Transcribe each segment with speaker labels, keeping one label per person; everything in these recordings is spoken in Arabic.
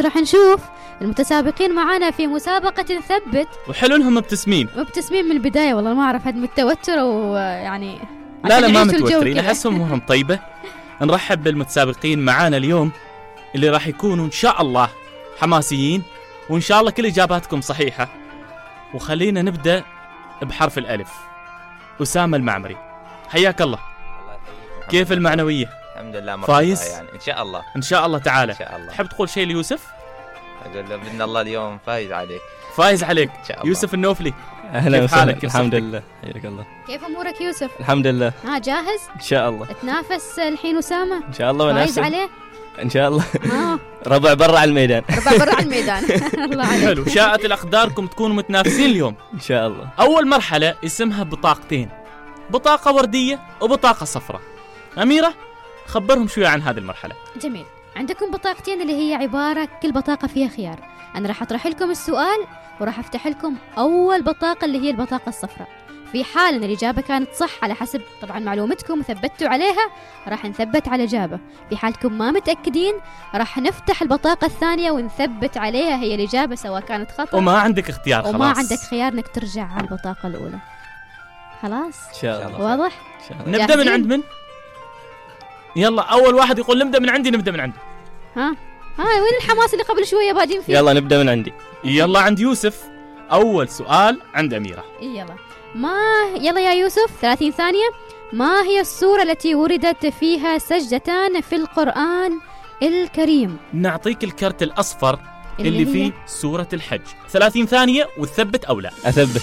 Speaker 1: راح نشوف المتسابقين معانا في مسابقة ثبت
Speaker 2: وحلو انهم مبتسمين
Speaker 1: مبتسمين من البداية والله ما أعرف هاد متوتر يعني ويعني
Speaker 2: لا لا
Speaker 1: عشان
Speaker 2: ما
Speaker 1: يعيشوا الجو
Speaker 2: متوترين
Speaker 1: كذا.
Speaker 2: احسهم امورهم طيبه نرحب بالمتسابقين معانا اليوم اللي راح يكونوا ان شاء الله حماسيين وان شاء الله كل اجاباتكم صحيحه وخلينا نبدا بحرف الالف اسامه المعمري حياك الله
Speaker 3: الله يحييك.
Speaker 2: كيف المعنويه
Speaker 3: الحمد لله مرحبا
Speaker 2: فايز؟
Speaker 3: يعني ان شاء الله
Speaker 2: ان شاء الله تعالى
Speaker 3: ان شاء الله
Speaker 2: تحب تقول شيء ليوسف
Speaker 3: اقول له باذن الله اليوم فايز عليك
Speaker 2: فايز عليك
Speaker 3: ان شاء الله
Speaker 2: يوسف النوفلي
Speaker 4: اهلا
Speaker 2: كيف
Speaker 4: وسهلا
Speaker 2: حالك؟ كيف
Speaker 4: الحمد
Speaker 2: صحتك؟
Speaker 4: لله حياك الله
Speaker 1: كيف أمورك يوسف؟
Speaker 4: الحمد لله
Speaker 1: ها جاهز؟
Speaker 4: ان شاء الله
Speaker 1: تنافس الحين أسامة؟
Speaker 4: ان شاء الله
Speaker 1: فايز
Speaker 4: ونفسي
Speaker 1: عليه؟
Speaker 4: ان شاء الله
Speaker 1: ها
Speaker 4: ربع برا على الميدان
Speaker 1: ربع برا على الميدان الله عليك
Speaker 2: حلو شاءت الاقداركم تكونوا متنافسين اليوم
Speaker 4: ان شاء الله
Speaker 2: أول مرحلة اسمها بطاقتين بطاقة وردية وبطاقة صفراء أميرة خبرهم شوية عن هذه المرحلة
Speaker 1: جميل عندكم بطاقتين اللي هي عبارة كل بطاقة فيها خيار أنا راح أطرح لكم السؤال وراح أفتح لكم أول بطاقة اللي هي البطاقة الصفراء في حال أن الإجابة كانت صح على حسب طبعا معلومتكم وثبتوا عليها راح نثبت على إجابة في حالكم ما متأكدين راح نفتح البطاقة الثانية ونثبت عليها هي الإجابة سواء كانت خطأ
Speaker 2: وما عندك اختيار خلاص
Speaker 1: طيب. وما عندك خيار أنك ترجع على البطاقة الأولى خلاص
Speaker 4: ان شاء الله
Speaker 1: واضح
Speaker 4: ان شاء الله
Speaker 2: نبدأ من
Speaker 1: جاهزين؟
Speaker 2: عند من؟ يلا أول واحد يقول نبدأ من عندي نبدأ من عنده
Speaker 1: ها ها وين الحماس اللي قبل شوية بادين فيه
Speaker 4: يلا نبدا من عندي
Speaker 2: يلا عند يوسف أول سؤال عند أميرة
Speaker 1: يلا ما يلا يا يوسف 30 ثانية ما هي السورة التي وردت فيها سجدتان في القرآن الكريم
Speaker 2: نعطيك الكرت الأصفر اللي,
Speaker 1: هي-
Speaker 2: فيه سورة الحج 30 ثانية وتثبت أو لا
Speaker 4: اثبت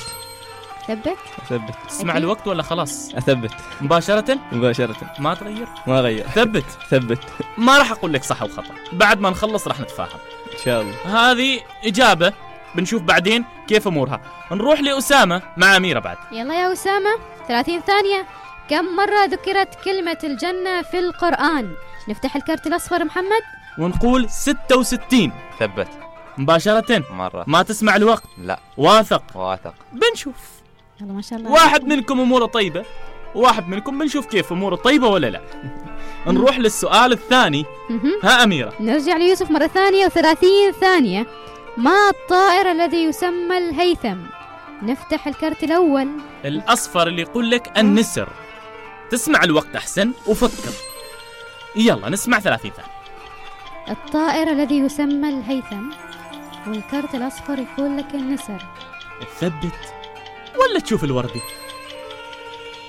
Speaker 1: ثبت
Speaker 4: اثبت
Speaker 2: تسمع
Speaker 1: أكيد.
Speaker 2: الوقت ولا خلاص
Speaker 4: اثبت
Speaker 2: مباشرة
Speaker 4: مباشره
Speaker 2: ما تغير
Speaker 4: ما غير
Speaker 2: ثبت
Speaker 4: ثبت
Speaker 2: ما راح أقول لك صح وخطأ بعد ما نخلص راح نتفاهم
Speaker 4: ان شاء الله
Speaker 2: هذه إجابة بنشوف بعدين كيف أمورها نروح لأسامة مع أميرة بعد
Speaker 1: يلا يا أسامة 30 ثانية كم مرة ذكرت كلمة الجنة في القرآن نفتح الكرت الأصفر محمد
Speaker 2: ونقول 66
Speaker 3: ثبت
Speaker 2: مباشرة
Speaker 3: مره
Speaker 2: ما تسمع الوقت
Speaker 3: لا
Speaker 2: واثق
Speaker 3: واثق
Speaker 2: بنشوف
Speaker 1: يلا ما شاء الله
Speaker 2: واحد منكم أموره طيبة واحد منكم بنشوف كيف أموره طيبة ولا لا نروح للسؤال الثاني
Speaker 1: مهم.
Speaker 2: ها أميرة
Speaker 1: نرجع ليوسف مرة ثانية و30 ثانية ما الطائر الذي يسمى الهيثم نفتح الكرت الأول
Speaker 2: الأصفر اللي يقول لك النسر تسمع الوقت أحسن وفكر يلا نسمع 30 ثانية
Speaker 1: الطائر الذي يسمى الهيثم والكرت الأصفر يقول لك النسر
Speaker 2: تثبت ولا تشوف الوردي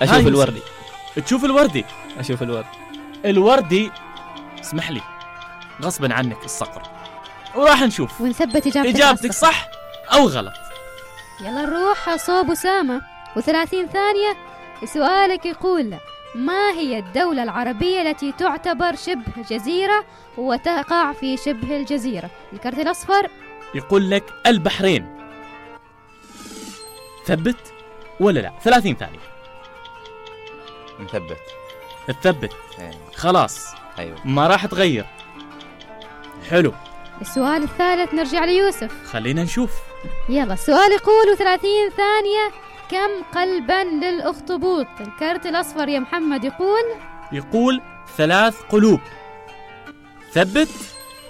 Speaker 2: هاي آه،
Speaker 4: اشوف الوردي
Speaker 2: تشوف الوردي
Speaker 4: اشوف الوردي
Speaker 2: الوردي اسمح لي غصبا عنك الصقر وراح نشوف
Speaker 1: ونثبت إجابتك
Speaker 2: اجابتك
Speaker 1: الأصفر.
Speaker 2: صح او غلط
Speaker 1: يلا نروح صوب أسامة وثلاثين ثانية سؤالك يقول ما هي الدولة العربية التي تعتبر شبه جزيرة وتقع في شبه الجزيرة الكرت الأصفر
Speaker 2: يقول لك البحرين ثبت ولا لا 30 ثانيه
Speaker 3: مثبت
Speaker 2: تثبت
Speaker 3: إيه،
Speaker 2: خلاص
Speaker 3: ايوه
Speaker 2: ما راح تغير حلو
Speaker 1: السؤال الثالث نرجع ليوسف
Speaker 2: خلينا نشوف
Speaker 1: يلا السؤال يقول وثلاثين ثانية كم قلبا للأخطبوط الكرت الأصفر يا محمد يقول
Speaker 2: يقول ثلاث قلوب ثبت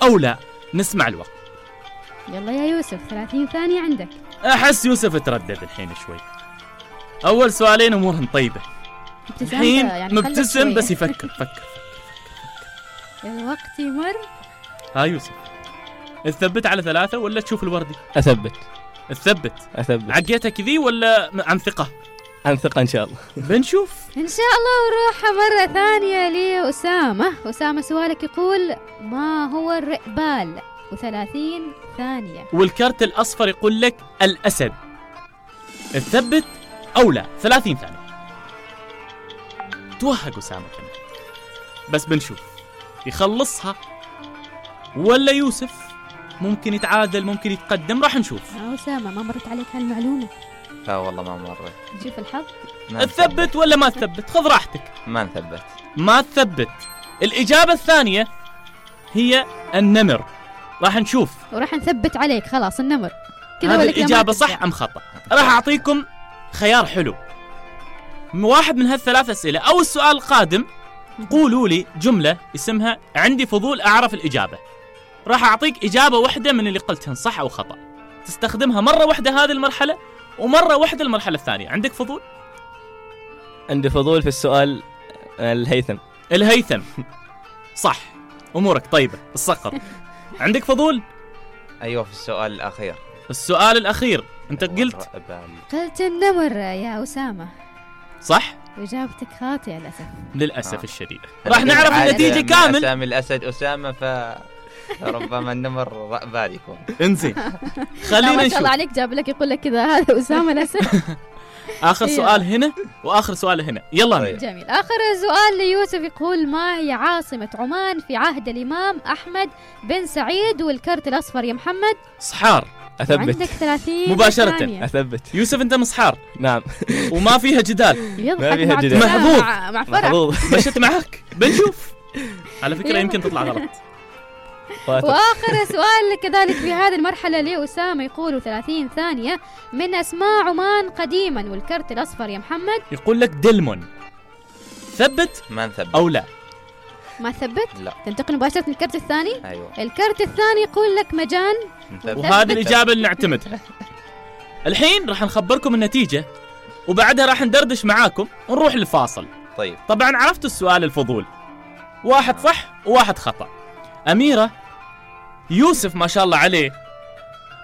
Speaker 2: او لا نسمع الوقت
Speaker 1: يلا يا يوسف 30 ثانية عندك
Speaker 2: احس يوسف تردد الحين شوي اول سؤالين امورهم طيبه
Speaker 1: ابتسامته
Speaker 2: الحين
Speaker 1: خلت
Speaker 2: مبتسم
Speaker 1: يعني شوية.
Speaker 2: بس يفكر فكر
Speaker 1: الوقت يمر
Speaker 2: ها يوسف تثبت على ثلاثة ولا تشوف الوردي؟
Speaker 4: اثبت
Speaker 2: تثبت
Speaker 4: اثبت
Speaker 2: عقيتها كذي ولا م- عن ثقة؟
Speaker 4: عن ثقه ان شاء الله
Speaker 2: بنشوف
Speaker 1: إن شاء الله نروح مرة ثانية لأسامة أسامة سؤالك يقول ما هو الرئبال وثلاثين ثانية
Speaker 2: والكرت الأصفر يقول لك الأسد تثبت أو لا 30 ثانية توهق أسامة كمان بس بنشوف يخلصها ولا يوسف ممكن يتعادل ممكن يتقدم راح نشوف
Speaker 1: آه، أسامة ما مرت عليك هالمعلومة
Speaker 3: لا والله ما مره
Speaker 1: نشوف الحظ
Speaker 3: ما
Speaker 2: تثبت ولا ما تثبت خذ راحتك
Speaker 3: ما نثبت
Speaker 2: ما تثبت الإجابة الثانية هي النمر راح نشوف
Speaker 1: وراح نثبت عليك خلاص النمر كذا
Speaker 2: هذه
Speaker 1: ولا كذا ما
Speaker 2: الإجابة
Speaker 1: ترجع.
Speaker 2: صح أم خطأ راح أعطيكم خيار حلو واحد من هالثلاث أسئلة أو السؤال القادم قولوا لي جملة اسمها عندي فضول أعرف الإجابة راح اعطيك اجابه واحده من اللي قلتهن صح او خطا تستخدمها مره واحده هذه المرحله ومره واحده المرحله الثانيه عندك فضول
Speaker 4: عندي فضول في السؤال آه، الهيثم
Speaker 2: الهيثم صح امورك طيبه الصقر عندك فضول
Speaker 3: ايوه في السؤال الاخير
Speaker 2: السؤال الاخير انت
Speaker 3: أيوة،
Speaker 2: قلت
Speaker 3: الرأب-
Speaker 1: قلت النمر يا أسامة
Speaker 2: صح
Speaker 1: إجابتك خاطئة للأسف
Speaker 2: للاسف
Speaker 3: آه.
Speaker 2: الشديد راح نعرف
Speaker 3: عاد
Speaker 2: النتيجه
Speaker 3: من
Speaker 2: كامل
Speaker 3: اسامي الاسد اسامه ف ربما النمر رأبال يكون
Speaker 2: انزين
Speaker 1: لا،
Speaker 2: خلينا
Speaker 1: ما شاء
Speaker 2: نشوف
Speaker 1: الله عليك جاب لك يقول لك كذا هذا أسامة الأسد
Speaker 2: اخر
Speaker 1: إيه.
Speaker 2: سؤال هنا واخر سؤال هنا يلا
Speaker 3: طيب.
Speaker 2: أمير.
Speaker 1: جميل آخر سؤال ليوسف يقول ما هي عاصمة عمان في عهد الإمام أحمد بن سعيد والكرت الأصفر يا محمد
Speaker 2: صحار
Speaker 1: عندك
Speaker 4: اثبت
Speaker 1: 30
Speaker 2: مباشرة.
Speaker 1: ثانية.
Speaker 4: اثبت
Speaker 2: يوسف انت مسحار
Speaker 4: نعم
Speaker 2: وما فيها جدال
Speaker 1: طيب، يضحك
Speaker 4: فيها
Speaker 1: مع
Speaker 4: جدال.
Speaker 1: ابتسامة،
Speaker 2: محظوظ.
Speaker 1: مع- مع فرح
Speaker 4: محظوظ
Speaker 2: مشت معك بنشوف على فكره
Speaker 1: يلا.
Speaker 2: يمكن تطلع غلط
Speaker 4: واثق.
Speaker 1: واخر سؤال كذلك في هذه المرحله لاسامه يقول 30 ثانيه من اسماء عمان قديما والكرت الاصفر يا محمد
Speaker 2: يقول لك دلمون ثبت
Speaker 3: ما نثبت
Speaker 2: او لا
Speaker 1: ما ثبت
Speaker 3: لا
Speaker 1: تنتقل مباشره للكرت الثاني
Speaker 3: ايوه
Speaker 1: الكرت الثاني يقول لك مجان
Speaker 3: نثبت.
Speaker 2: وهذه الاجابه اللي نعتمدها الحين راح نخبركم النتيجه وبعدها راح ندردش معاكم ونروح للفاصل
Speaker 3: طيب
Speaker 2: طبعا عرفت السؤال الفضول واحد صح وواحد خطا اميره يوسف ما شاء الله عليه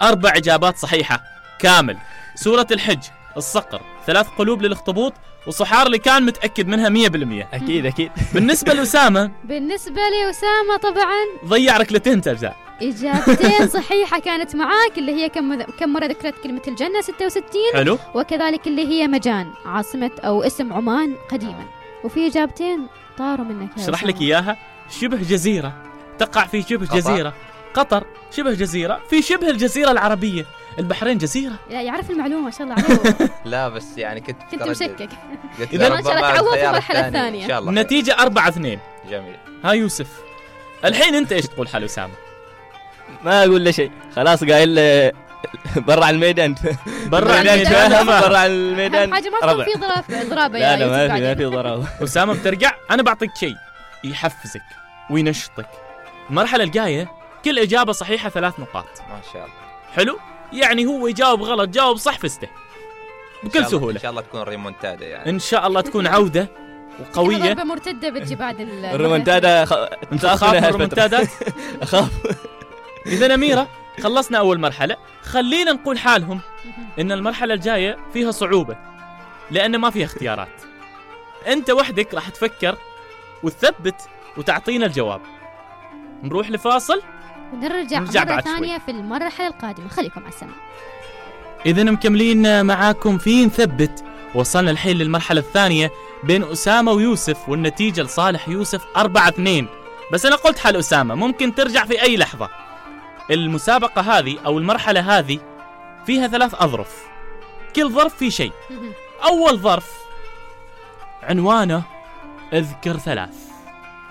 Speaker 2: اربع اجابات صحيحه كامل سوره الحج الصقر ثلاث قلوب للاخطبوط وصحار اللي كان متاكد منها 100%
Speaker 4: اكيد اكيد
Speaker 2: بالنسبه لاسامه
Speaker 1: بالنسبه لاسامه طبعا
Speaker 2: ضيع ركلتين ترجع
Speaker 1: اجابتين صحيحه كانت معاك اللي هي كم كم مره ذكرت كلمه الجنه 66
Speaker 2: حلو
Speaker 1: وكذلك اللي هي مجان عاصمه او اسم عمان قديما وفي اجابتين طاروا منك يا
Speaker 2: اشرح
Speaker 1: أسامة.
Speaker 2: لك اياها شبه جزيره تقع في شبه
Speaker 3: قطر.
Speaker 2: جزيره قطر شبه جزيره في شبه الجزيره العربية البحرين جزيره
Speaker 1: لا يعرف المعلومه ما شاء الله عليه
Speaker 3: لا بس يعني كنت
Speaker 1: كنت
Speaker 3: متردد.
Speaker 1: مشكك
Speaker 3: قلت
Speaker 2: إذا
Speaker 3: ربما
Speaker 1: إن شاء الله تعوض في
Speaker 3: الخيار
Speaker 1: المرحلة
Speaker 3: الثاني.
Speaker 1: الثانية.
Speaker 3: ان شاء الله
Speaker 2: النتيجه 4 2
Speaker 3: جميل
Speaker 2: ها يوسف الحين انت ايش تقول حال اسامه
Speaker 4: ما اقول له شيء خلاص قايل له برا على الميدان
Speaker 2: برا
Speaker 3: يعني
Speaker 1: الميدان
Speaker 2: الميدان
Speaker 4: فاهم برا
Speaker 2: برا
Speaker 4: على الميدان
Speaker 1: اهم حاجه ما
Speaker 4: ربع
Speaker 1: تكون في ضرب ضرابه يا
Speaker 4: لا لا
Speaker 1: يوسف
Speaker 4: ما في ما
Speaker 1: بعدين.
Speaker 4: في ضرر
Speaker 2: اسامه بترجع انا بعطيك شيء يحفزك وينشطك المرحله الجايه كل اجابه صحيحه ثلاث نقاط
Speaker 3: ما شاء الله
Speaker 2: حلو يعني هو يجاوب غلط جاوب صح فزته
Speaker 3: إن شاء
Speaker 2: بكل
Speaker 3: الله-
Speaker 2: سهوله
Speaker 3: ان شاء الله تكون ريمونتادا يعني
Speaker 2: ان شاء الله تكون عوده
Speaker 1: كذا
Speaker 2: وقويه
Speaker 1: ضربه مرتده بتجي بعد ال-
Speaker 4: الرومنتادا خ...
Speaker 2: انت
Speaker 4: تأخذ
Speaker 2: اخاف من
Speaker 4: لها الفترة.
Speaker 2: الرومنتادات
Speaker 4: اخاف
Speaker 2: اذا اميره خلصنا اول مرحله خلينا نقول حالهم ان المرحله الجايه فيها صعوبه لان ما فيها اختيارات انت وحدك راح تفكر وتثبت وتعطينا الجواب نروح لفاصل
Speaker 1: نرجع
Speaker 2: نرجع
Speaker 1: مره
Speaker 2: بعد شوي.
Speaker 1: ثانيه في المرحله القادمه خليكم على السماء
Speaker 2: اذا مكملين معاكم في نثبت وصلنا الحين للمرحله الثانيه بين اسامه ويوسف والنتيجه لصالح يوسف 4 2 بس انا قلت حال اسامه ممكن ترجع في اي لحظه المسابقه هذه او المرحله هذه فيها ثلاث اظرف كل ظرف فيه شيء أول ظرف عنوانه اذكر ثلاث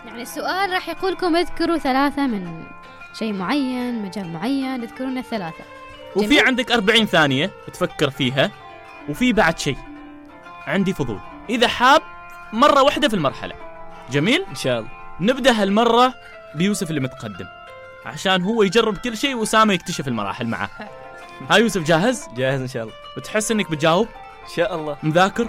Speaker 1: يعني السؤال راح يقولكم اذكروا ثلاثه من شيء معين مجال معين اذكرون الثلاثه
Speaker 2: وفي
Speaker 1: جميل.
Speaker 2: عندك أربعين ثانية تفكر فيها وفي بعد شيء عندي فضول إذا حاب مرة واحدة في المرحلة جميل
Speaker 4: ان شاء الله
Speaker 2: نبدأ هالمرة بيوسف اللي متقدم عشان هو يجرب كل شيء وأسامة يكتشف المراحل معاه ها يوسف جاهز
Speaker 4: جاهز ان شاء الله
Speaker 2: بتحس انك بتجاوب
Speaker 4: ان شاء الله
Speaker 2: مذاكر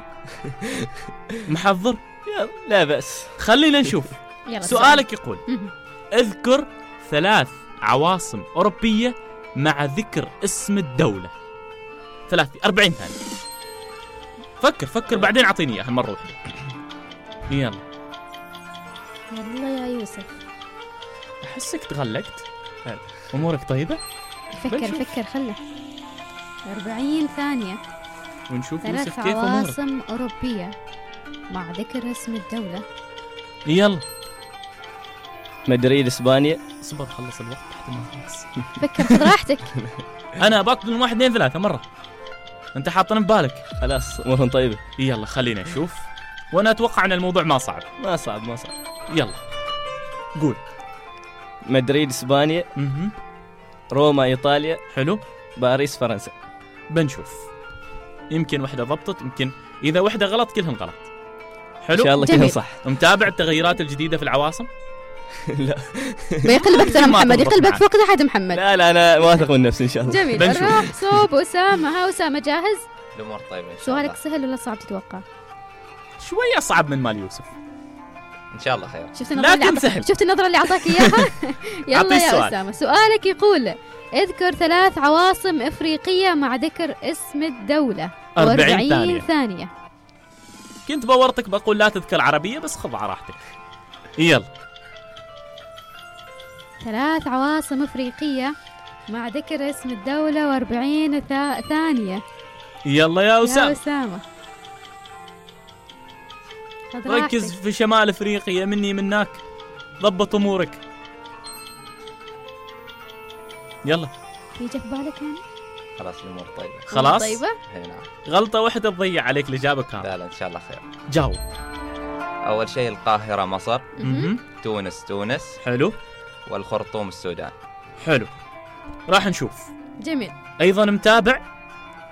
Speaker 2: محضر
Speaker 4: يلا، لا باس
Speaker 2: خلينا نشوف
Speaker 1: يلا
Speaker 2: سؤالك يقول
Speaker 1: مهم.
Speaker 2: اذكر ثلاث عواصم أوروبية مع ذكر اسم الدولة ثلاث 40 ثانية فكر فكر بعدين أعطيني إياها مرة واحدة يلا
Speaker 1: يلا يا يوسف
Speaker 2: أحسك تغلقت أمورك طيبة
Speaker 1: فكر
Speaker 2: بنشوف.
Speaker 1: فكر خله 40 ثانية
Speaker 2: ونشوف
Speaker 1: ثلاث
Speaker 2: يوسف كيف أمورك
Speaker 1: عواصم أوروبية مع ذكر اسم الدولة
Speaker 2: يلا
Speaker 4: مدريد اسبانيا
Speaker 2: اصبر خلص الوقت لحد ما أخلص
Speaker 1: فكر خذ راحتك
Speaker 2: أنا أباك من واحد اثنين ثلاثة مرة أنت حاطنا ببالك
Speaker 4: خلاص امورهم طيبه
Speaker 2: يلا خلينا نشوف وأنا أتوقع أن الموضوع ما صعب
Speaker 4: ما صعب ما صعب
Speaker 2: يلا قول
Speaker 4: مدريد اسبانيا
Speaker 2: مهم.
Speaker 4: روما ايطاليا
Speaker 2: حلو
Speaker 4: باريس فرنسا
Speaker 2: بنشوف يمكن واحدة ضبطت يمكن إذا واحدة غلط كلهن غلط
Speaker 4: ان شاء
Speaker 2: حلو
Speaker 4: الله
Speaker 1: جميل.
Speaker 4: كلهم صح
Speaker 2: متابع التغيرات الجديدة في العواصم
Speaker 4: لا
Speaker 1: بيقلبك ترى
Speaker 2: ما
Speaker 1: محمد
Speaker 2: تضبط
Speaker 1: يقلبك
Speaker 2: معك.
Speaker 1: فوق أحد محمد
Speaker 4: لا لا انا واثق من نفسي ان شاء الله
Speaker 1: جميل
Speaker 2: بنشوف.
Speaker 1: راح صوب أسامة ها أسامة جاهز
Speaker 3: الامور طيبه ان شاء
Speaker 1: سؤالك
Speaker 3: الله
Speaker 1: سهل ولا صعب تتوقع
Speaker 2: شوي اصعب من مال يوسف
Speaker 3: ان شاء الله خير
Speaker 1: شفت النظرة اللي
Speaker 2: لكن
Speaker 1: أعطاك-
Speaker 2: سهل.
Speaker 1: شفت النظرة اللي أعطاك إياها يلا
Speaker 2: أعطيه
Speaker 1: يا
Speaker 2: السؤال.
Speaker 1: أسامة سؤالك يقول اذكر ثلاث عواصم إفريقية مع ذكر اسم الدولة
Speaker 2: 40
Speaker 1: 40
Speaker 2: ثانية.
Speaker 1: ثانية
Speaker 2: كنت بورطك بقول لا تذكر عربيه بس خذ على راحتك يلا
Speaker 1: ثلاث عواصم إفريقية مع ذكر اسم الدولة و40 ثانية
Speaker 2: يلا يا
Speaker 1: يا
Speaker 2: اسامه
Speaker 1: أسامة خذ
Speaker 2: ركز
Speaker 1: راحتك.
Speaker 2: في شمال افريقيا مني منك ضبط امورك يلا
Speaker 1: يجي في بالك يعني؟
Speaker 3: خلاص الامور طيبه
Speaker 2: خلاص
Speaker 1: طيبة
Speaker 3: اي نعم
Speaker 2: غلطه واحده تضيع عليك الاجابه كامله
Speaker 3: لا لا ان شاء الله خير
Speaker 2: جاوب
Speaker 3: اول شيء القاهره مصر
Speaker 2: مهم.
Speaker 3: تونس تونس
Speaker 2: حلو
Speaker 3: والخرطوم السودان
Speaker 2: حلو راح نشوف
Speaker 1: جميل
Speaker 2: ايضا متابع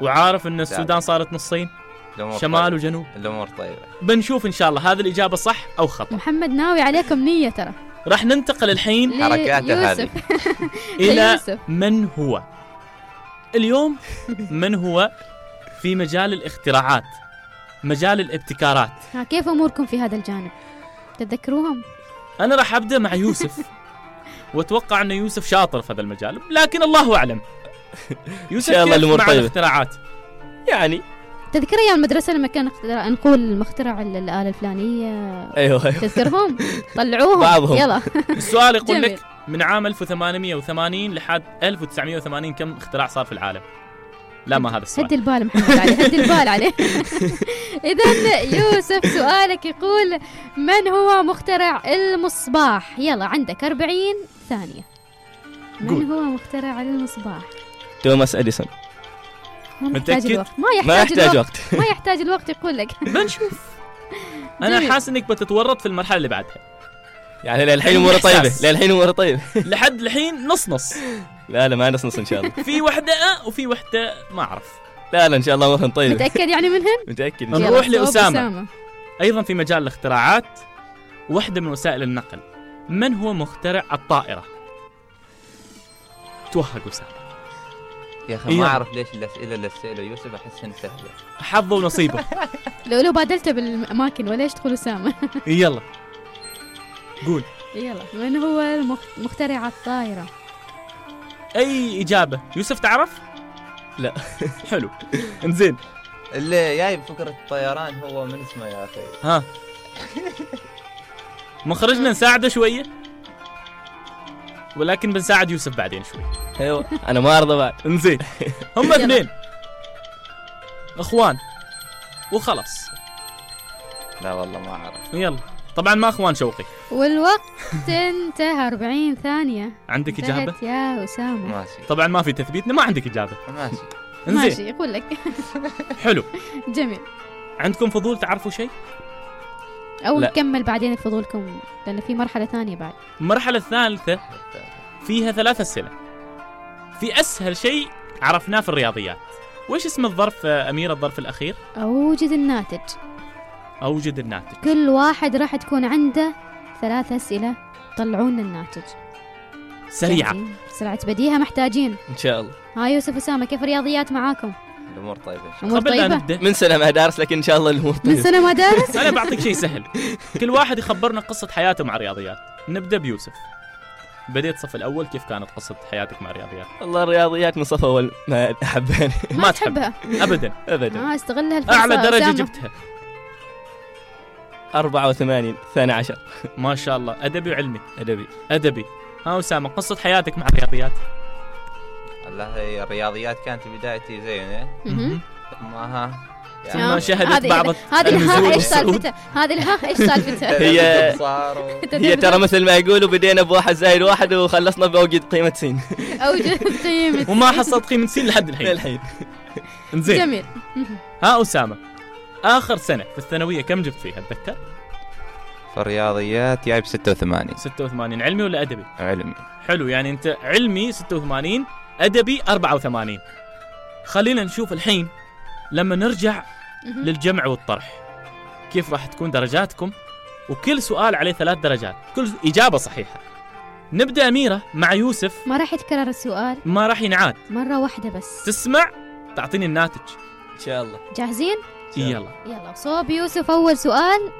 Speaker 2: وعارف ان السودان صارت نصين
Speaker 3: الامور
Speaker 2: شمال
Speaker 3: طيبة.
Speaker 2: وجنوب
Speaker 3: الامور طيبه
Speaker 2: بنشوف ان شاء الله هذه الاجابه صح او خطا
Speaker 1: محمد ناوي عليكم نية ترى
Speaker 2: راح ننتقل الحين
Speaker 1: لي-
Speaker 3: حركاته
Speaker 1: يوسف.
Speaker 3: هذه
Speaker 2: الى
Speaker 1: يوسف.
Speaker 2: من هو اليوم من هو في مجال الاختراعات مجال الابتكارات
Speaker 1: ها كيف اموركم في هذا الجانب؟ تتذكروهم؟
Speaker 2: انا راح ابدا مع يوسف واتوقع ان يوسف شاطر في هذا المجال لكن الله اعلم يوسف
Speaker 4: إن شاء الله
Speaker 2: كيف
Speaker 4: الأمور
Speaker 2: مع
Speaker 4: طيبة.
Speaker 2: الاختراعات
Speaker 4: يعني
Speaker 1: تذكر ايام المدرسه لما كان اختراع- نقول مخترع ال- الاله الفلانيه
Speaker 4: ايوه ايوه
Speaker 1: تذكرهم؟ طلعوهم
Speaker 4: بعضهم.
Speaker 1: يلا
Speaker 2: السؤال يقول
Speaker 1: جميل.
Speaker 2: لك من عام 1880 لحد 1980 كم اختراع صار في العالم لا ما هذا
Speaker 1: هد
Speaker 2: السؤال
Speaker 1: البال محمد علي هد البال عليه اذا يوسف سؤالك يقول من هو مخترع المصباح؟ يلا عندك 40 ثانيه
Speaker 2: قول.
Speaker 1: من هو مخترع المصباح؟
Speaker 4: توماس اديسون
Speaker 1: ما يحتاج
Speaker 2: متأكد؟
Speaker 1: الوقت ما يحتاج,
Speaker 4: ما يحتاج
Speaker 1: الوقت.
Speaker 4: وقت
Speaker 1: ما يحتاج الوقت يقول لك
Speaker 2: بنشوف انا
Speaker 1: جميل.
Speaker 2: حاسس انك بتتورط في المرحله اللي بعدها
Speaker 4: يعني للحين اموره
Speaker 2: إحساس.
Speaker 4: طيبه للحين اموره طيبه
Speaker 2: لحد الحين نص نص
Speaker 4: لا لا ما نصنص ان شاء الله
Speaker 2: في وحده أه وفي وحده ما اعرف
Speaker 4: لا لا ان شاء الله امورهم طيبه
Speaker 1: متاكد يعني منهن؟
Speaker 4: متاكد إن شاء
Speaker 2: إيه. نروح
Speaker 1: يلا، صوب
Speaker 2: لأسامة. ايضا في مجال الاختراعات وحده من وسائل النقل من هو مخترع الطائره توهق وسام
Speaker 3: يا اخي
Speaker 2: إيه.
Speaker 3: ما اعرف ليش الاسئله اللي ساله يوسف احس انها سهله
Speaker 2: حظه ونصيبه
Speaker 1: لو لو بادلته بالاماكن ولا يشتغل اسامه
Speaker 2: يلا قول
Speaker 1: يلا من هو المخ- مخترع الطائرة؟
Speaker 2: اي اجابه يوسف تعرف
Speaker 4: لا.
Speaker 2: حلو انزين
Speaker 3: اللي جايب فكره الطيران هو من اسمه يا اخي
Speaker 2: ها مخرجنا نساعده شويه ولكن بنساعد يوسف بعدين شوي
Speaker 4: الله. ايوه انا ما ارضى بعد
Speaker 2: انزين هم
Speaker 1: يلا.
Speaker 2: اثنين اخوان وخلاص
Speaker 3: لا والله ما اعرف
Speaker 2: يلا طبعا ما اخوان شوقي
Speaker 1: والوقت انتهى 40 ثانية
Speaker 2: عندك اجابه
Speaker 1: انتهت يا أسامة
Speaker 3: ماشي
Speaker 2: طبعا ما في تثبيت ما عندك اجابه
Speaker 3: ماشي
Speaker 2: انزين
Speaker 1: ماشي يقول لك
Speaker 2: حلو
Speaker 1: جميل
Speaker 2: عندكم فضول تعرفوا شيء
Speaker 1: أو
Speaker 4: لا.
Speaker 1: نكمل بعدين فضولكم لأن في مرحلة ثانية بعد
Speaker 2: المرحله الثالثه فيها ثلاث اسئله في اسهل شيء عرفناه في الرياضيات وش اسم الظرف آه، اميره الظرف الاخير
Speaker 1: أوجد الناتج
Speaker 2: اوجد الناتج
Speaker 1: كل واحد راح تكون عنده ثلاث أسئلة طلعون الناتج
Speaker 2: سريعه
Speaker 1: جاهزين؟ سرعة بديهة محتاجين
Speaker 4: ان شاء الله
Speaker 1: ها يوسف أسامة كيف الرياضيات معاكم؟
Speaker 3: الامور طيبه إن شاء
Speaker 1: أمور
Speaker 2: قبل لا
Speaker 1: طيبة؟
Speaker 2: نبدا
Speaker 4: من سنه ما دارس لكن ان شاء الله الامور
Speaker 1: من
Speaker 4: طيبه
Speaker 1: سنة ما دارس؟
Speaker 2: انا بعطيك شيء سهل كل واحد يخبرنا قصه حياته مع الرياضيات نبدا بيوسف بديت صف الاول كيف كانت قصه حياتك مع الرياضيات
Speaker 4: والله الرياضيات من صف اول ما احبها
Speaker 1: ما
Speaker 2: ما تحب.
Speaker 1: تحبها
Speaker 2: ابدا
Speaker 4: ابدا
Speaker 1: ها استغلها الفرصة
Speaker 2: اعلى درجه
Speaker 1: أسامة.
Speaker 2: جبتها
Speaker 4: 84 12
Speaker 2: ما شاء الله ادبي وعلمي
Speaker 4: ادبي
Speaker 2: ادبي ها اسامه قصه حياتك مع الرياضيات
Speaker 3: الله هي الرياضيات كانت بدايتي زينه
Speaker 1: مهم.
Speaker 3: ثم ها
Speaker 2: ثم شهدت
Speaker 1: هذه-
Speaker 2: بعض
Speaker 1: هذه
Speaker 2: النزول
Speaker 1: الها ايش
Speaker 2: والصعود.
Speaker 1: سالفتها؟ هذه الها ايش سالفتها؟
Speaker 4: هي-
Speaker 3: صار و...
Speaker 1: طيب،
Speaker 4: هي ترى مثل ما يقولوا بدينا بواحد زائد واحد وخلصنا باوجد قيمه سين
Speaker 1: اوجد قيمة
Speaker 2: وما حصلت قيمه سين لحد الحين
Speaker 4: للحين
Speaker 2: انزين
Speaker 1: جميل
Speaker 2: ها أسامة آخر سنة في الثانوية كم جبت فيها أتذكر؟
Speaker 3: في الرياضيات جايب 86
Speaker 2: 86 علمي ولا أدبي؟
Speaker 3: علمي
Speaker 2: حلو يعني أنت علمي 86 أدبي 84 خلينا نشوف الحين لما نرجع
Speaker 1: مهم.
Speaker 2: للجمع والطرح كيف راح تكون درجاتكم وكل سؤال عليه ثلاث درجات كل إجابة صحيحة نبدأ أميرة مع يوسف
Speaker 1: ما راح يتكرر السؤال
Speaker 2: ما راح ينعاد
Speaker 1: مرة واحدة بس
Speaker 2: تسمع تعطيني الناتج
Speaker 4: ان شاء الله
Speaker 1: جاهزين؟
Speaker 2: يلا
Speaker 1: يلا صوب يوسف أول سؤال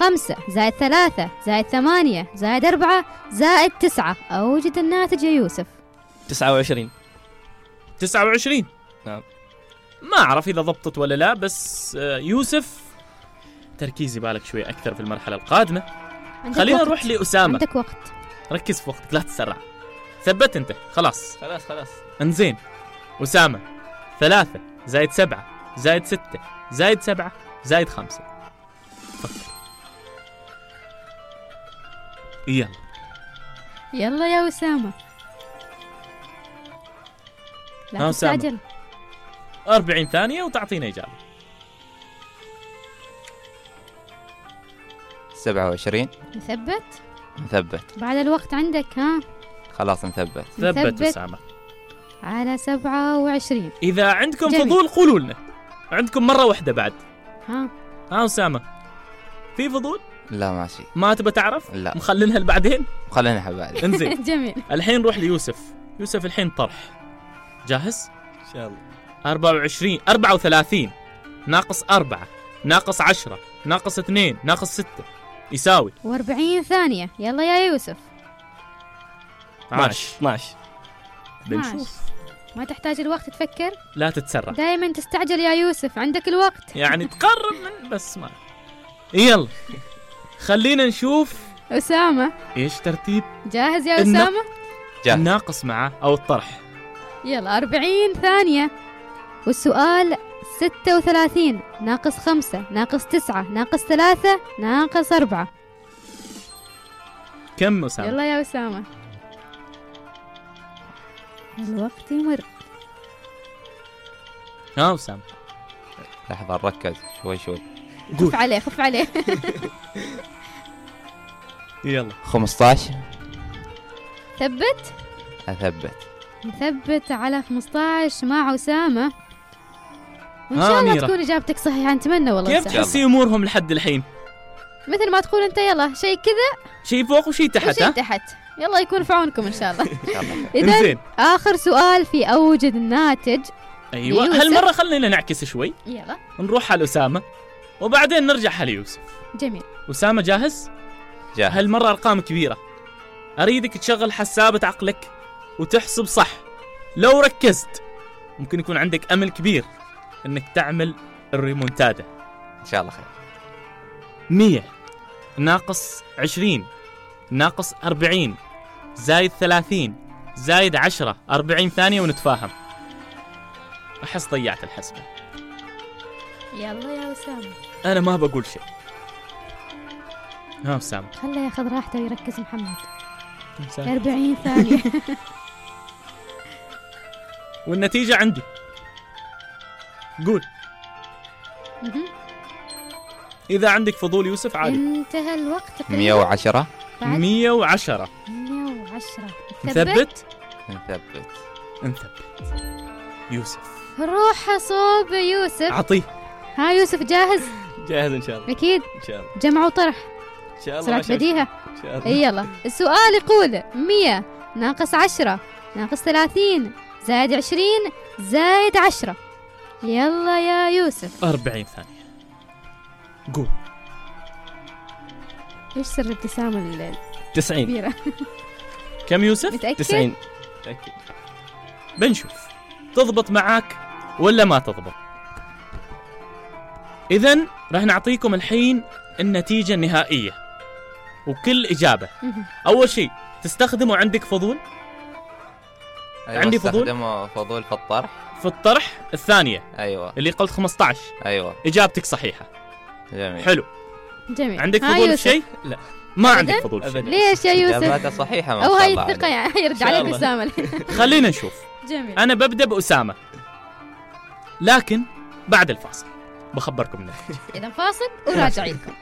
Speaker 1: خمسة زائد ثلاثة زائد ثمانية زائد أربعة زائد تسعة أوجد الناتج يا يوسف
Speaker 4: 29
Speaker 2: 29
Speaker 4: نعم.
Speaker 2: ما أعرف إذا ضبطت ولا لا بس آه، يوسف تركيزي بالك شوي أكثر في المرحلة القادمة
Speaker 1: عندك
Speaker 2: خلينا
Speaker 1: وقت.
Speaker 2: نروح لأسامة
Speaker 1: عندك وقت
Speaker 2: ركز في وقتك لا تسرع ثبت أنت خلاص
Speaker 4: خلاص خلاص
Speaker 2: انزين أسامة ثلاثة زائد سبعة زائد ستة زائد سبعة زائد خمسة فكر يلا
Speaker 1: يلا يا أسامة
Speaker 2: ها
Speaker 1: لا
Speaker 2: أسامة.
Speaker 1: تستعجل
Speaker 2: 40 ثانية وتعطينا إجابة
Speaker 3: 27
Speaker 1: نثبت
Speaker 3: نثبت
Speaker 1: بعد الوقت عندك ها
Speaker 3: خلاص نثبت
Speaker 2: ثبت
Speaker 1: نثبت.
Speaker 2: أسامة
Speaker 1: على سبعة وعشرين
Speaker 2: إذا عندكم
Speaker 1: جميل.
Speaker 2: فضول قولوا لنا عندكم مرة واحدة بعد
Speaker 1: ها
Speaker 2: ها أسامة في فضول
Speaker 3: لا ماشي
Speaker 2: ما تبى تعرف
Speaker 3: لا
Speaker 2: مخلينها لبعدين
Speaker 3: خلينا حبالي
Speaker 2: انزين
Speaker 1: جميل
Speaker 2: الحين نروح ليوسف يوسف الحين طرح جاهز
Speaker 4: ان شاء الله
Speaker 2: 24 34 ناقص 4 ناقص 10 ناقص 2 ناقص 6 يساوي
Speaker 1: واربعين ثانية يلا يا يوسف
Speaker 2: 12
Speaker 4: 12
Speaker 2: بنشوف
Speaker 1: ما تحتاج الوقت تفكر
Speaker 2: لا تتسرع
Speaker 1: دائما تستعجل يا يوسف عندك الوقت
Speaker 2: يعني تقرب من بس ما يلا خلينا نشوف
Speaker 1: أسامة
Speaker 2: ايش ترتيب
Speaker 1: جاهز يا
Speaker 2: النق-
Speaker 1: أسامة
Speaker 3: جاهز
Speaker 2: الناقص معه او الطرح
Speaker 1: يلا أربعين ثانية والسؤال ستة وثلاثين ناقص خمسة ناقص تسعة ناقص ثلاثة ناقص أربعة
Speaker 2: كم اسامه
Speaker 1: يلا يا أسامة الوقت يمر
Speaker 2: ها اسامه
Speaker 3: لحظة نركز شوي شوي
Speaker 2: قول
Speaker 1: خف عليه خف عليه
Speaker 2: يلا
Speaker 3: 15
Speaker 1: ثبت
Speaker 3: اثبت
Speaker 1: نثبت على 15 مع أسامة وإن
Speaker 2: ها
Speaker 1: شاء الله
Speaker 2: آه، أميرة.
Speaker 1: تكون إجابتك صحيحة نتمنى والله
Speaker 2: كيف
Speaker 1: أسامة.
Speaker 2: تحسي امورهم لحد الحين
Speaker 1: مثل ما تقول أنت يلا شيء كذا
Speaker 2: شيء فوق وشيء تحت
Speaker 1: وشيء
Speaker 2: ها
Speaker 1: تحت يلا يكون في عونكم إن شاء الله
Speaker 3: ان شاء الله
Speaker 1: إذا
Speaker 2: انزين
Speaker 1: آخر سؤال في أوجد الناتج
Speaker 2: ايوه
Speaker 1: ليوسف.
Speaker 2: هالمره خلينا نعكس شوي
Speaker 1: يلا
Speaker 2: نروح على اسامه وبعدين نرجع على يوسف
Speaker 1: جميل
Speaker 2: اسامه جاهز
Speaker 3: جاهز
Speaker 2: هالمرة أرقام كبيرة أريدك تشغل حسابة عقلك وتحسب صح لو ركزت ممكن يكون عندك أمل كبير أنك تعمل الريمونتادا
Speaker 3: ان شاء الله خير
Speaker 2: مية ناقص عشرين ناقص أربعين زايد ثلاثين زايد عشرة أربعين ثانية ونتفاهم أحس ضيعت الحسبة
Speaker 1: يلا يا أسامة
Speaker 2: أنا ما بقول شيء نعم، ها أسامة
Speaker 1: خله ياخذ راحته ويركز محمد
Speaker 2: أسامة.
Speaker 1: 40 ثانية
Speaker 2: والنتيجة عندي قول
Speaker 1: مهم.
Speaker 2: إذا عندك فضول يوسف عادي
Speaker 1: انتهى الوقت تقريبا
Speaker 3: 110
Speaker 1: بعد
Speaker 2: 110
Speaker 1: 110 ثبت
Speaker 2: نثبت
Speaker 3: نثبت
Speaker 2: نثبت يوسف
Speaker 1: روح صوب يوسف
Speaker 2: أعطيه
Speaker 1: ها يوسف جاهز
Speaker 4: جاهز ان شاء الله
Speaker 1: أكيد
Speaker 4: ان شاء الله
Speaker 1: جمع وطرح
Speaker 4: ان شاء الله
Speaker 1: سرعة
Speaker 4: عشان-
Speaker 1: بديهة
Speaker 4: ان شاء الله
Speaker 1: إي يلا السؤال يقول 100 ناقص 10 ناقص 30 زائد 20 زائد 10 يلا يا يوسف
Speaker 2: 40 ثانية قول
Speaker 1: ايش سر الابتسامة ال-
Speaker 4: 90
Speaker 1: الكبيرة؟
Speaker 2: كم يوسف؟
Speaker 1: متأكد؟
Speaker 4: 90 متاكد
Speaker 2: بنشوف تضبط معاك ولا ما تضبط إذا راح نعطيكم الحين النتيجة النهائية وكل إجابة
Speaker 1: مهم.
Speaker 2: أول شيء تستخدمه عندك فضول
Speaker 3: أيوة،
Speaker 2: عندي فضول؟
Speaker 3: استخدموا فضول في الطرح
Speaker 2: في الطرح الثانية
Speaker 3: ايوه
Speaker 2: اللي قلت 15
Speaker 3: ايوه
Speaker 2: إجابتك صحيحة
Speaker 3: جميل
Speaker 2: حلو
Speaker 1: جميل
Speaker 2: عندك
Speaker 1: إيه. ها
Speaker 2: فضول في
Speaker 1: يوسف.
Speaker 2: شيء؟
Speaker 4: لا.
Speaker 2: ما
Speaker 1: أبداً؟
Speaker 2: عندك فضول في شيء
Speaker 4: ابدا
Speaker 1: ليش يا يوسف؟
Speaker 3: اجاباته صحيحة ما
Speaker 1: أيوة، أو
Speaker 3: آه، شاء
Speaker 1: هاي
Speaker 3: الله
Speaker 1: الثقة
Speaker 3: عليك.
Speaker 1: يعني يرجع
Speaker 4: شاء
Speaker 1: عليك
Speaker 4: الله.
Speaker 1: أسامة
Speaker 2: خلينا نشوف
Speaker 1: جميل
Speaker 2: أنا ببدأ بأسامة لكن بعد الفاصل بخبركم منه
Speaker 1: إذا فاصل وراجعينكم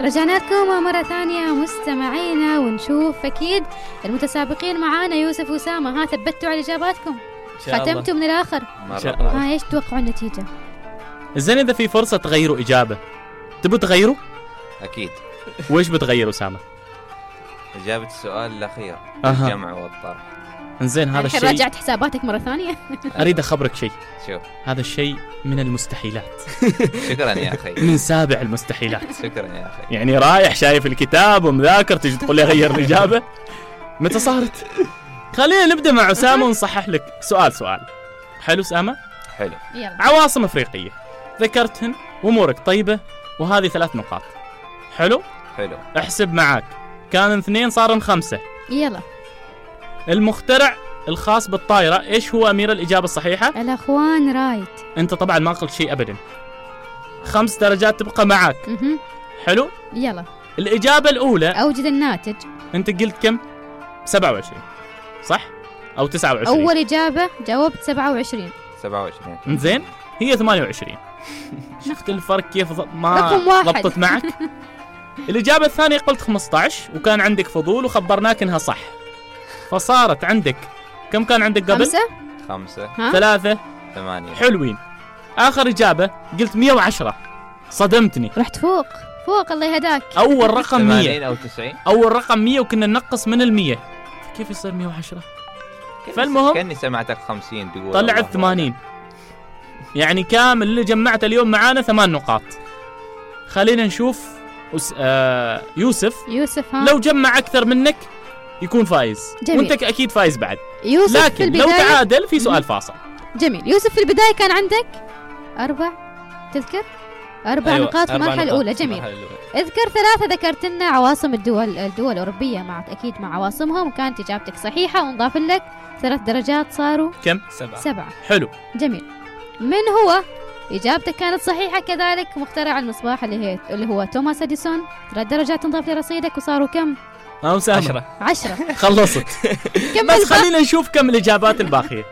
Speaker 1: رجعنا لكم مرة ثانية مستمعينا ونشوف أكيد المتسابقين معانا يوسف وأسامة ها ثبتوا على إجاباتكم
Speaker 4: ان شاء الله
Speaker 1: ختمتوا من الآخر
Speaker 3: مرة
Speaker 4: شاء الله.
Speaker 1: ها إيش توقعوا النتيجة؟
Speaker 2: زين إذا في فرصة تغيروا إجابة تبوا تغيروا؟
Speaker 3: اكيد
Speaker 2: ويش بتغير اسامه؟
Speaker 3: إجابة السؤال الأخير
Speaker 2: اها
Speaker 3: الجمع والطرح
Speaker 2: انزين هذا
Speaker 1: الحين
Speaker 2: الشيء
Speaker 1: راجعت حساباتك مرة ثانية
Speaker 2: اريد اخبرك شيء
Speaker 3: شوف
Speaker 2: هذا الشيء من المستحيلات
Speaker 3: شكرا يا أخي
Speaker 2: من سابع المستحيلات
Speaker 3: شكرا يا أخي
Speaker 2: يعني رايح شايف الكتاب ومذاكر تجي تقول لي غير الاجابه متى صارت؟ خلينا نبدا مع اسامه ونصحح لك سؤال سؤال حلو اسامه؟
Speaker 3: حلو
Speaker 1: يلا
Speaker 2: عواصم افريقيه ذكرتهن وامورك طيبه وهذه ثلاث نقاط حلو؟
Speaker 3: حلو
Speaker 2: احسب معاك كان اثنين صارن خمسه
Speaker 1: يلا
Speaker 2: المخترع الخاص بالطائره ايش هو امير الاجابه الصحيحه؟
Speaker 1: الاخوان رايت
Speaker 2: انت طبعا ما قلت شيء ابدا خمس درجات تبقى معاك
Speaker 1: مهم.
Speaker 2: حلو
Speaker 1: يلا
Speaker 2: الاجابه الاولى
Speaker 1: اوجد الناتج
Speaker 2: انت قلت كم 27 صح او 29
Speaker 1: اول اجابة جاوبت 27
Speaker 3: 27
Speaker 2: زين هي 28 شفت الفرق كيف ض- ما
Speaker 1: رقم واحد.
Speaker 2: ضبطت معك الإجابة الثانية قلت 15 وكان عندك فضول وخبرناك إنها صح فصارت عندك كم كان عندك قبل؟
Speaker 1: خمسة
Speaker 3: خمسة
Speaker 1: ها؟
Speaker 2: ثلاثة
Speaker 3: ثمانية
Speaker 2: حلوين آخر إجابة قلت 110 صدمتني
Speaker 1: رحت فوق فوق الله يهداك
Speaker 2: أول رقم 100
Speaker 3: 80 أو 90
Speaker 2: أول رقم 100 وكنا ننقص من ال 100 كيف يصير 110
Speaker 3: كأني-
Speaker 2: فالمهم-
Speaker 3: كأني سمعتك 50 تقول
Speaker 2: طلعت
Speaker 3: الله
Speaker 2: 80 يعني كامل اللي جمعته اليوم معانا ثمان نقاط خلينا نشوف أس... آه... يوسف
Speaker 1: يوسف ها
Speaker 2: لو جمع اكثر منك يكون فايز
Speaker 1: آه. جميل.
Speaker 2: وانت اكيد فايز بعد
Speaker 1: يوسف في
Speaker 2: لكن لو
Speaker 1: البداية
Speaker 2: تعادل في سؤال فاصل
Speaker 1: جميل يوسف في البداية كان عندك أربع تذكر أربع
Speaker 4: أيوة،
Speaker 1: نقاط في
Speaker 4: أربع
Speaker 1: المرحلة
Speaker 4: نقاط
Speaker 1: الأولى
Speaker 4: في
Speaker 1: جميل
Speaker 4: المرحلة الأولى.
Speaker 1: اذكر ثلاثة ذكرت لنا عواصم الدول الدول الأوروبية مع أكيد مع عواصمهم وكانت إجابتك صحيحة ونضاف لك ثلاث درجات صاروا
Speaker 4: سبعة
Speaker 1: سبعة
Speaker 2: حلو
Speaker 1: جميل من هو؟ إجابتك كانت صحيحة كذلك مخترع المصباح اللي هي اللي هو توماس أديسون ثلاث درجات تنضاف لرصيدك وصاروا كم؟
Speaker 2: ما مساهمة
Speaker 4: عشرة
Speaker 1: عشرة
Speaker 2: خلصت
Speaker 1: كم
Speaker 2: بس
Speaker 1: الباقي؟
Speaker 2: خلينا نشوف كم الاجابات الباقيه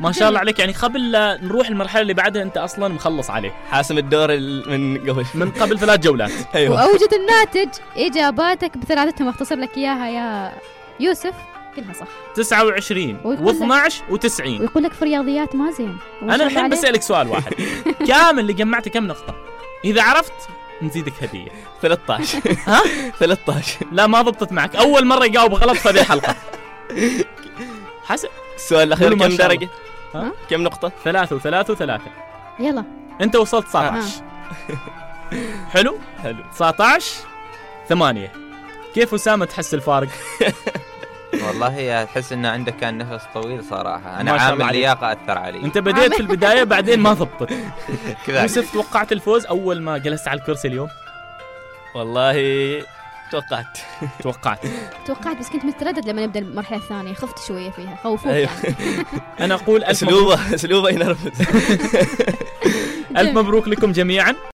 Speaker 2: ما شاء الله عليك يعني قبل لا نروح المرحله اللي بعدها انت اصلا مخلص عليه
Speaker 4: حاسم الدور ال- من قبل
Speaker 2: من قبل ثلاث جولات
Speaker 4: ايوه
Speaker 1: وأوجد الناتج إجاباتك بثلاثتهم أختصر لك إياها يا يوسف كلها صح
Speaker 2: 29
Speaker 1: ويقول لك-
Speaker 2: و12 و90
Speaker 1: ويقول لك في الرياضيات ما زين وما
Speaker 2: انا
Speaker 1: شاء الله
Speaker 2: الحين
Speaker 1: عليك.
Speaker 2: بسالك سؤال واحد كامل اللي جمعته كم نقطه اذا عرفت نزيدك هديه
Speaker 4: 13
Speaker 2: ها
Speaker 4: 13
Speaker 2: لا ما ضبطت معك اول مره يجاوب غلط في هذه الحلقه حسن
Speaker 4: السؤال الاخير
Speaker 2: قولوا ما
Speaker 4: كم
Speaker 2: شاء الله.
Speaker 4: درجة؟
Speaker 2: ها؟
Speaker 4: كم نقطة؟
Speaker 2: ثلاثة وثلاثة وثلاثة
Speaker 1: يلا
Speaker 2: انت وصلت 19 حلو
Speaker 4: حلو
Speaker 2: 19 ثمانية كيف أسامة تحس الفارق؟
Speaker 3: والله احس انه عندك كان نفس طويل صراحه انا
Speaker 2: ما شاء الله
Speaker 3: عامل
Speaker 2: عليك.
Speaker 3: لياقه اثر علي
Speaker 2: أنت بديت في البداية بعدين ما ضبطت
Speaker 3: كذا
Speaker 2: يوسف توقعت الفوز أول ما جلست على الكرسي اليوم
Speaker 4: والله توقعت
Speaker 2: توقعت
Speaker 1: توقعت بس كنت متردد لما نبدا المرحله الثانيه خفت شويه فيها خوفوك
Speaker 4: أيوة.
Speaker 1: يعني
Speaker 2: أنا أقول ألف مبروك,
Speaker 4: اسلوبه اسلوبه ينرفز
Speaker 2: ألف مبروك لكم جميعا